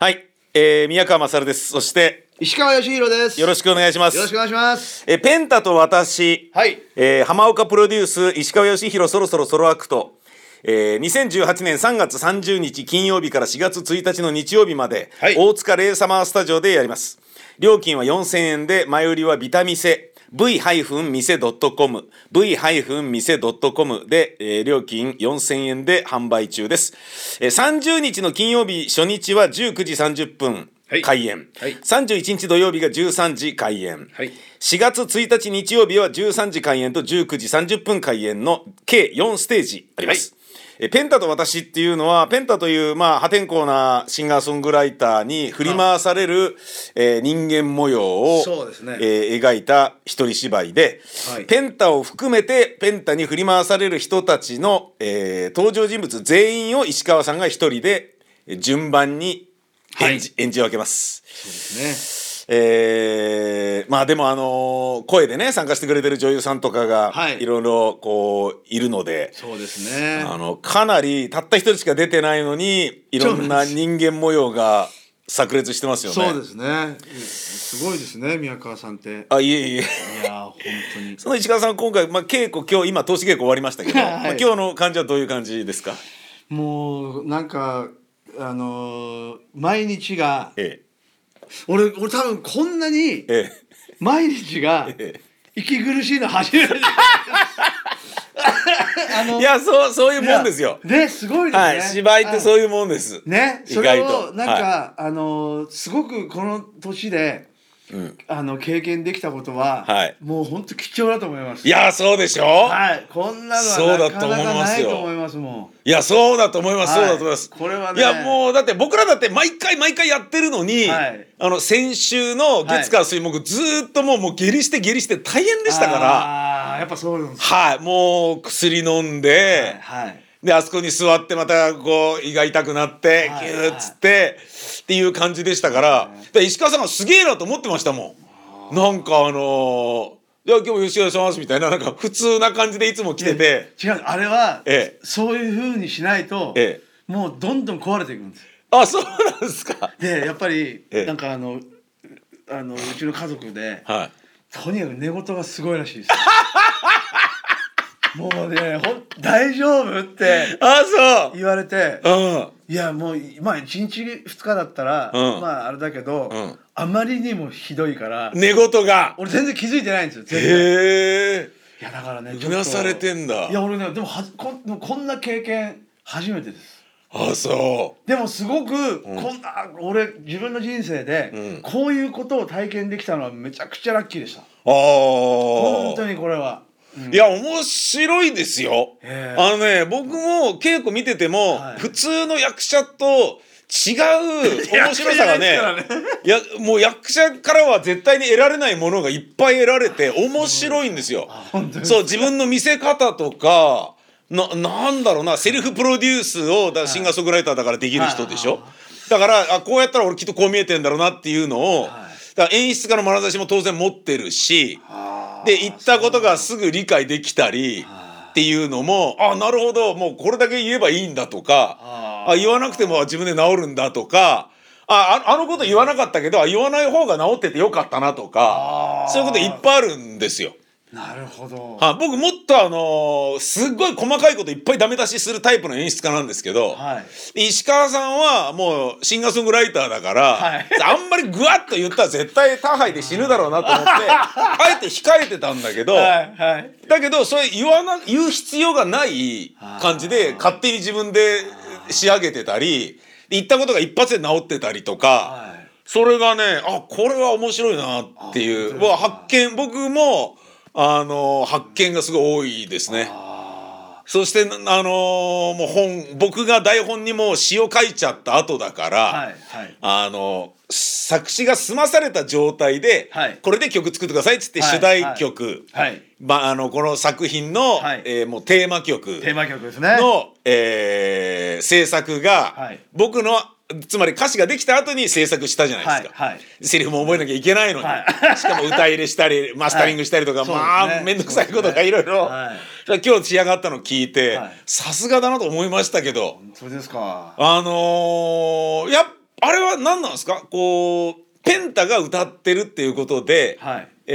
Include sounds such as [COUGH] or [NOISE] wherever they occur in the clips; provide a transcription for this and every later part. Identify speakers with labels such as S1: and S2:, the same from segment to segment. S1: はい、えー、宮川勝です。そして、
S2: 石川義弘です。
S1: よろしくお願いします。
S2: よろしくお願いします。
S1: えーペンタと私、
S2: はい
S1: えー浜岡プロデュース石川義弘そろそろソロアクト、えー2018年3月30日金曜日から4月1日の日曜日まで、
S2: はい
S1: 大塚レイサマースタジオでやります料金は4000円で前売りはビタミセ v-mise.com v-mise.com で、えー料金4000円で販売中です、えー30日の金曜日初日は19時30分
S2: はい
S1: 開演、
S2: はい
S1: 31日土曜日が13時開演、
S2: はい
S1: 4月1日日曜日は13時開演と19時30分開演の計4ステージあります、えペンタと私っていうのはペンタという、まあ、破天荒なシンガーソングライターに振り回される、えー人間模様を、
S2: そうですね
S1: えー描いた一人芝居で、
S2: はい
S1: ペンタを含めてペンタに振り回される人たちの、えー登場人物全員を石川さんが一人でえー順番に演じ,、演じ分けます。
S2: ね。
S1: えーまあでもあのー声でね参加してくれてる女優さんとかが
S2: はい
S1: いろいろこういるので、
S2: そうですね。
S1: あのかなりたった一人しか出てないのにいろんな人間模様が炸裂してますよね。
S2: そうですね。すごいですね、宮川さんって。
S1: あいえいえ [LAUGHS]
S2: いやー、本当に。
S1: その石川さん今回、まあ、稽古今日今投資稽古終わりましたけ
S2: [LAUGHS]
S1: ど、
S2: はい
S1: まあ、今日の感じはどういう感じですか、
S2: もう、なんか、あのー毎日が。
S1: え
S2: 俺、俺、多分、こんなに
S1: え、え
S2: 毎日が
S1: え。
S2: 息苦しいの初めて。
S1: [LAUGHS]
S2: あ
S1: え
S2: の
S1: いやそうそういうもんですよ。
S2: ね、すごいですね。
S1: はい、芝居ってそういうもんです。
S2: ね、
S1: 意
S2: それ
S1: 外と
S2: をなんか、あのすごくこの年で、
S1: ん
S2: あの経験できたことは、
S1: はい
S2: もう本当貴重だと思います。
S1: いやそうでしょ、
S2: はい、こんなの
S1: そう
S2: は
S1: だ
S2: な
S1: と
S2: か
S1: 思
S2: ないか
S1: ま
S2: な
S1: す
S2: い
S1: よ
S2: と思いますもん。
S1: いやそうだと思います、そ
S2: はい
S1: うだと思います
S2: これはね
S1: いやもうだって僕らだって毎回毎回やってるのに、
S2: はい
S1: あの先週の月火水木ずーっともうもう下痢して下痢して大変でしたから
S2: ら。やっぱそうなんです。
S1: はいもう薬飲んで、
S2: はい。
S1: であそこに座ってまたこう胃が痛くなって
S2: はい
S1: ギューっつって、っていう感じでしたから,、石川さんがすげえなと思ってましたもんなんかあのーいや今日吉田さんです」みたいななんか普通な感じでいつも来てて。
S2: 違う、あれは、
S1: ええ
S2: そういう風にしないと、
S1: え
S2: もうどんどん壊れていくんです。
S1: あそうなんですか
S2: で、やっぱり、
S1: ええ
S2: なんかあのあのうちの家族で。
S1: はい
S2: とにかく寝言がすごいらしいです。 [LAUGHS] もうね、ほん大丈夫って
S1: あそう
S2: 言われて、
S1: うん
S2: いやもうまあ一日二日だったら、
S1: うん
S2: まああれだけど、
S1: うん
S2: あまりにもひどいから、
S1: 寝言が
S2: 俺全然気づいてないんですよ。全然
S1: へえ
S2: いやだからね、
S1: うなされて
S2: ん
S1: んだ
S2: いや俺ねでもはこんでもこんな経験初めてです。
S1: あそ
S2: でもすごく、こんな俺自分の人生で、
S1: うん
S2: こういうことを体験できたのはめちゃくちゃラッキーでした。
S1: うあ
S2: 本当
S1: あ
S2: にこれは。うん
S1: いや面白いですよ
S2: ええ
S1: あのね僕も稽古見てても、
S2: はい
S1: 普通の役者と
S2: [LAUGHS]
S1: 違う面白さがね
S2: 役者じゃないですからね
S1: いやもう役者からは絶対に得られないものがいっぱい得られて面白いんですよ。
S2: 本当に
S1: そう自分の見せ方とかななんだろうなセルフプロデュースをだシンガーソングライターだからできる人でし
S2: はい
S1: ょ
S2: は
S1: だからあこうやったら俺きっとこう見えてんだろうなっていうのを、
S2: はい
S1: だから演出家の眼差しも当然持ってるし
S2: あー
S1: で言ったことがすぐ理解できたり
S2: あー
S1: っていうのもあなるほどもうこれだけ言えばいいんだとか
S2: あー
S1: あ言わなくても自分で治るんだとかあああのこと言わなかったけどあ言わない方が治っててよかったなとか
S2: あー
S1: そういうこといっぱいあるんですよ。
S2: なるほど。
S1: はい、僕もっとあのーすっごい細かいこといっぱいダメ出しするタイプの演出家なんですけど、
S2: はい。
S1: で石川さんはもうシンガーソングライターだから、
S2: はい
S1: あんまりグワッと言ったら絶対他杯で死ぬだろうなと思
S2: [LAUGHS]
S1: ってあえて控えてたんだけど、
S2: はいはい。
S1: だけどそれ言わな言う必要がない感じで
S2: あー
S1: 勝手に自分で仕上げてたりで言ったことが一発で治ってたりとか。
S2: はい。
S1: それがねあこれは面白いなってい
S2: あ
S1: う
S2: 本当ですか
S1: わ発見僕もあの発見がすごい多いですね。
S2: あ
S1: そしてなあのもう本僕が台本にもう詩を書いちゃった後だから、
S2: あ。はいはい。
S1: あの作詞が済まされた状態で、
S2: はい
S1: これで曲作ってくださいっつって
S2: はい
S1: 主題曲、
S2: はい。
S1: まあ、あのこの作品の、
S2: はい
S1: えーもうテーマ曲
S2: テーマ曲ですね。
S1: の、えー制作が、
S2: はい
S1: 僕のつまり歌詞ができた後に制作したじゃないですか。
S2: はいはい。
S1: セリフも覚えなきゃいけないのに、
S2: はい
S1: しかも歌入れしたりマスタリングしたりとか、
S2: はいそうで
S1: ますあ
S2: ね
S1: 面倒くさいことがいろいろ
S2: はい
S1: 今日仕上がったの聞いて
S2: はい
S1: さすがだなと思いましたけど
S2: それですか。
S1: あのーやっぱあれは何なんですかこうペンタが歌ってるっていうことで、
S2: はい
S1: え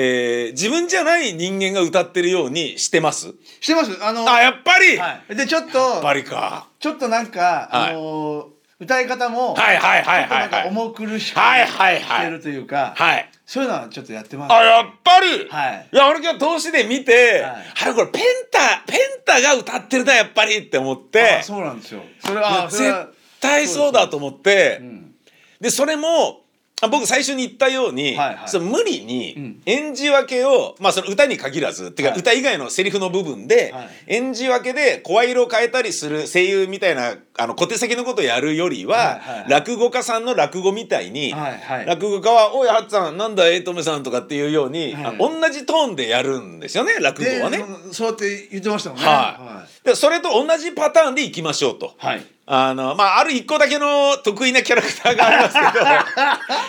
S1: ー自分じゃない人間が歌ってるようにしてます
S2: してますあの
S1: あやっぱり、
S2: はい、でちょっ
S1: や
S2: と
S1: っぱりか
S2: ちょっとなんか、
S1: はい
S2: あのー歌い方も、
S1: はいはいはいは
S2: ないんか
S1: はい
S2: 重苦しく
S1: はいはいはい
S2: してるというか、
S1: はい
S2: そういうのはちょっとやってます
S1: あやっぱり、
S2: はい
S1: いや俺今日通しで見て、
S2: はい
S1: あれこれペンタペンタが歌ってるなやっぱりって思って
S2: あそうなんですよそれ
S1: いや
S2: はそれは
S1: 絶対そうだと思って、
S2: ん
S1: でそれもあ僕最初に言ったように、
S2: はいはい
S1: その無理
S2: う
S1: に
S2: ん
S1: 演じ分けを、まあ、その歌に限らずっていうか
S2: はい
S1: 歌以外のセリフの部分で、
S2: はい
S1: 演じ分けで声色を変えたりする声優みたいなあの小手先のことをやるよりは、
S2: はいはい
S1: 落語家さんの落語みたいに、
S2: はいはい
S1: 落語家は「おいハッツさんなんだえとめさん」とかっていうように、
S2: はい
S1: あの同じトーンでやるんですよね落語
S2: で
S1: はね。
S2: そそうやって言ってましたもんね
S1: はい、でそれと同じパターンでいきましょうと。
S2: はい
S1: あのまあある一個だけの得意なキャラクターがあります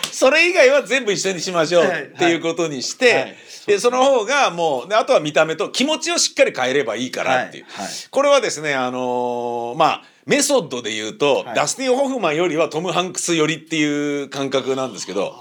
S1: け [LAUGHS] どそれ以外は全部一緒にしましょう
S2: はい
S1: っていうことにして、
S2: はい
S1: でその方がもうであとは見た目と気持ちをしっかり変えればいいからっていう、
S2: はいはい
S1: これはですねあのーまあメソッドで言うと、
S2: はい
S1: ダスティン・ホフマンよりはトム・ハンクス寄りっていう感覚なんですけど。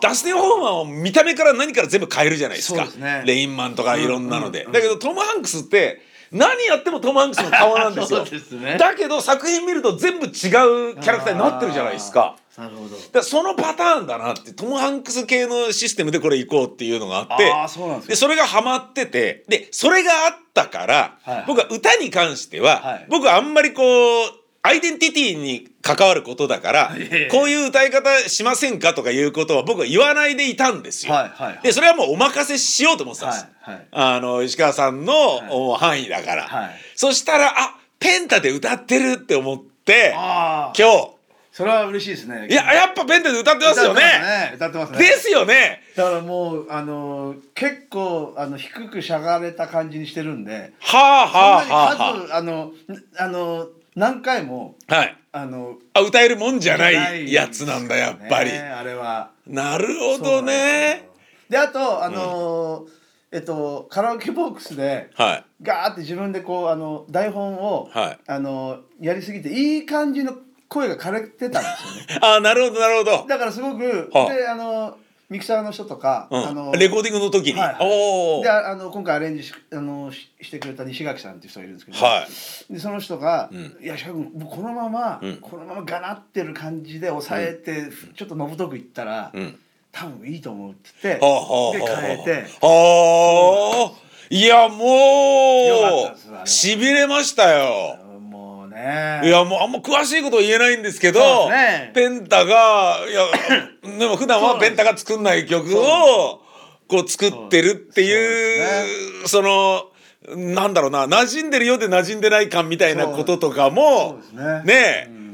S1: ダスティン・ホフマンを見た目から何から全部変えるじゃないですか
S2: そうですね
S1: レインマンとかいろんなので、だけどトム・ハンクスって何やってもトム・ハンクスの顔なんですよ
S2: [LAUGHS] そうですね
S1: だけど作品見ると全部違うキャラクターになってるじゃないですか。
S2: あーなるほど
S1: だからそのパターンだなってトム・ハンクス系のシステムでこれ行こうっていうのがあって
S2: あーそうなんですね
S1: でそれがハマっててでそれがあったから、
S2: はい
S1: 僕は歌に関しては、
S2: はい
S1: 僕はあんまりこうアイデンティティに関わることだから
S2: いえいえ
S1: こういう歌い方しませんかとかいうことは僕は言わないでいたんですよ。
S2: はいはいはい
S1: でそれはもうお任せしようと思ってたんです。
S2: はいはい
S1: あの石川さんの、
S2: い
S1: お範囲だから、
S2: はい
S1: そしたらあペンタで歌ってるって思って
S2: ああ
S1: 今日
S2: それは嬉しいですね
S1: いや、やっぱペンタで歌ってますよね。
S2: 歌ってますね歌ってますね
S1: ですよね。
S2: だからもうあのー結構あの低くしゃがれた感じにしてるんで
S1: はあ
S2: そん
S1: はあ
S2: なに
S1: はあは
S2: 数あのあの何回も
S1: あ。はい。
S2: あの
S1: あ歌えるもんじゃないやつなんだやっぱり。
S2: ねあれは
S1: なるほどね。
S2: であとあのーえっとカラオケボックスで
S1: はい。
S2: ガーって自分でこうあの台本を、
S1: はい
S2: あのやりすぎていい感じの声が枯れてたんです
S1: [LAUGHS]
S2: よね
S1: あなるほどなるほど。
S2: だからすごく、
S1: はあ
S2: であのミキサーの人とか、あの
S1: うん。レコーディングの時に。
S2: はいはい
S1: おお
S2: で。ああの今回アレンジしあのししてくれた西垣さんっていう人がいるんですけど、
S1: は
S2: でその人が「
S1: ん
S2: いや石垣君もうこのまま、
S1: うん
S2: このままがなってる感じで抑えて、ちょっとのぶとくいったら、
S1: うん
S2: 多分いいと思う」って言って、
S1: はあはあはあ。
S2: で変えて。
S1: はあ。いや
S2: よか
S1: も
S2: ったですあれは
S1: うしびれましたよ。
S2: もうね
S1: いやもうあんま詳しいことは言えないんですけど
S2: そうですね
S1: ペンタがい
S2: [COUGHS]
S1: やでも普段はペンタが作んない曲をこう作ってるっていうそのなんだろうな馴染んでるようで馴染んでない感みたいなこととか
S2: そう
S1: も
S2: ですね
S1: ねえ
S2: うん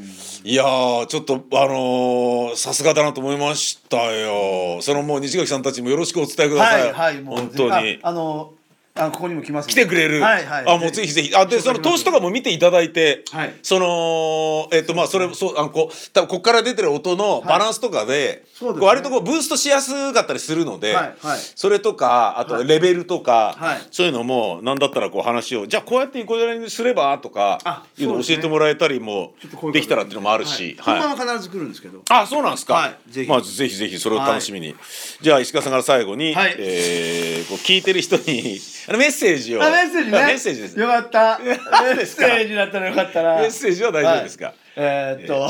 S1: いやーちょっとあのーさすがだなと思いましたよそのもう西垣さんたちもよろしくお伝えくだ
S2: は
S1: さい、
S2: いはいもう
S1: 本当に
S2: ああのあここにも来ます
S1: 来てくれる、
S2: はいはい
S1: あもうぜひぜひあでその投資とかも見ていただいて、
S2: はい
S1: そのえっ、とまあそれそうあのこう多分ここから出てる音のバランスとかで,、
S2: そうですね
S1: こう割とこうブーストしやすかったりするので、
S2: はいはい
S1: それとかあとレベルとか、
S2: はい
S1: そういうのもなんだったらこう話をじゃあこうやってこれにすればとか
S2: あ
S1: いうのを教
S2: そうですね
S1: えてもらえたりも
S2: ちょっと声かけ
S1: できたらっていうのもあるし。
S2: はい
S1: はい
S2: 本番は必ず来るんですけど
S1: あ、そうなんですか。
S2: はいぜひ
S1: まあ、ぜひぜひ、それを楽しみに。じゃあ、石川さんから最後に、
S2: はい
S1: えーこう聞いてる人に。あのメッセージを。
S2: あメッセージね
S1: あメッセージです。
S2: よかった
S1: [LAUGHS]
S2: メ
S1: 何で
S2: ッ
S1: すか
S2: セージだったらよかったら
S1: メッセージは大丈夫ですか
S2: はいえーっと、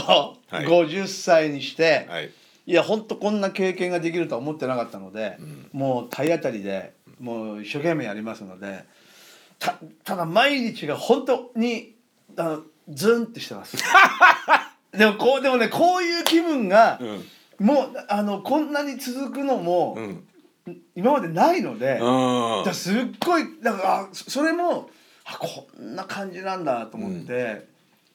S1: はい
S2: 50歳にして、、
S1: はいい。
S2: やほんとこんな経験ができるとは思ってなかったので、もう体当たりでもう一生懸命やりますのでたただ毎日が本当にあのズンってし
S1: [LAUGHS]
S2: てますでもこうでもねこういう気分が、
S1: うん。
S2: もうあのこんなに続くのも、
S1: うん。
S2: 今までないので、
S1: うん
S2: だからすっごいだからあそそれもあこんな感じなんだと思って、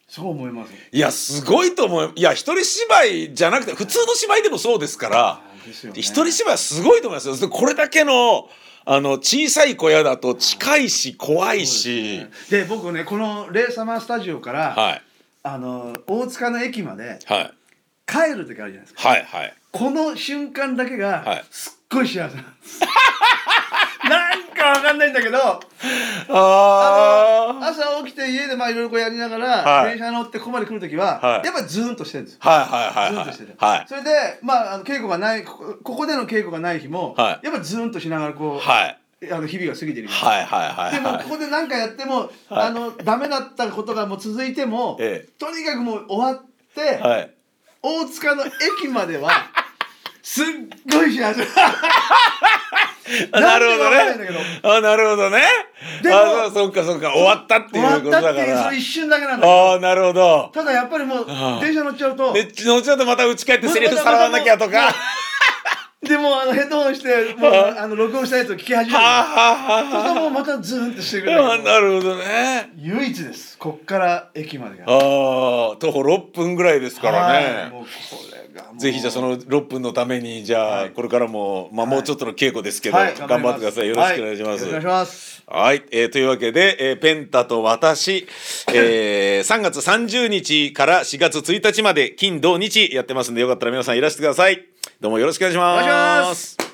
S2: そう思います
S1: いや、すごいと思う。いや、一人芝居じゃなくて、普通の芝居でもそうですから。
S2: ですよね
S1: 一人芝居はすごいと思いますよ。これだけの。あの小さい小屋だと近いし怖いし、
S2: で僕ねこの「レイサマースタジオ」から、
S1: はい
S2: あの大塚の駅まで
S1: はい
S2: 帰る時あるじゃないですか
S1: はいはい
S2: この瞬間だけが、
S1: はい
S2: [LAUGHS] すっごい幸せなんですなんかかわかんないんだけどあの
S1: あ
S2: 朝起きて家でまあいろいろこうやりながら、
S1: はい
S2: 電車乗ってここまで来る時は、
S1: はい
S2: やっぱズーンとしてるんですよ
S1: はいはいはい
S2: ズーン
S1: は
S2: と
S1: い
S2: してて、
S1: はい
S2: それでまああの稽古がないここここでの稽古がない日も、
S1: は
S2: やっぱズーンとしながらこう、
S1: はい
S2: あの日々が過ぎてるみたいな
S1: はいはいはい
S2: でも
S1: はい
S2: ここで何かやっても、あのダメだったことがもう続いても、
S1: ええ
S2: とにかくもう終わ [LAUGHS] って、
S1: はい
S2: 大塚の駅ま
S1: [LAUGHS]
S2: ではすっごい幸せ
S1: あ [LAUGHS] なるほど
S2: なんでかわかんないんだけど
S1: ねあなるほどね
S2: でも
S1: あそうそっかそっか終わったって
S2: 終
S1: いう
S2: わ
S1: こと
S2: った
S1: だ
S2: っ
S1: か
S2: ていうそ
S1: ら
S2: の一瞬だけなんだ
S1: ああなるほど
S2: ただやっぱりもう
S1: ああ
S2: 電車乗っちゃうと
S1: で後ほどまた家帰ってセリフさらわなきゃとかは
S2: でもうあのヘッドホンしてもう
S1: あ
S2: あの録音したやつを聞き始め
S1: あ
S2: るそし
S1: は
S2: た
S1: あ
S2: らもう
S1: は
S2: またズーンってしてくれ
S1: ああ
S2: るんだけど
S1: なるほどね
S2: 唯一ですこっから駅までが
S1: ああ徒歩6分ぐらいですから
S2: はい
S1: ね
S2: もうこれがもう
S1: ぜひじゃあその6分のためにじゃあこれからもまあもうちょっとの稽古ですけど
S2: はい
S1: 頑張ってくださいよろしくお願いしま
S2: は
S1: す
S2: よろしくお願いします
S1: はい、えーというわけで、えーペンタと私、えー3月30日から4月1日まで金土日やってますんでよかったら皆さんいらしてくださいどうもよろしくお願いします
S2: お願いします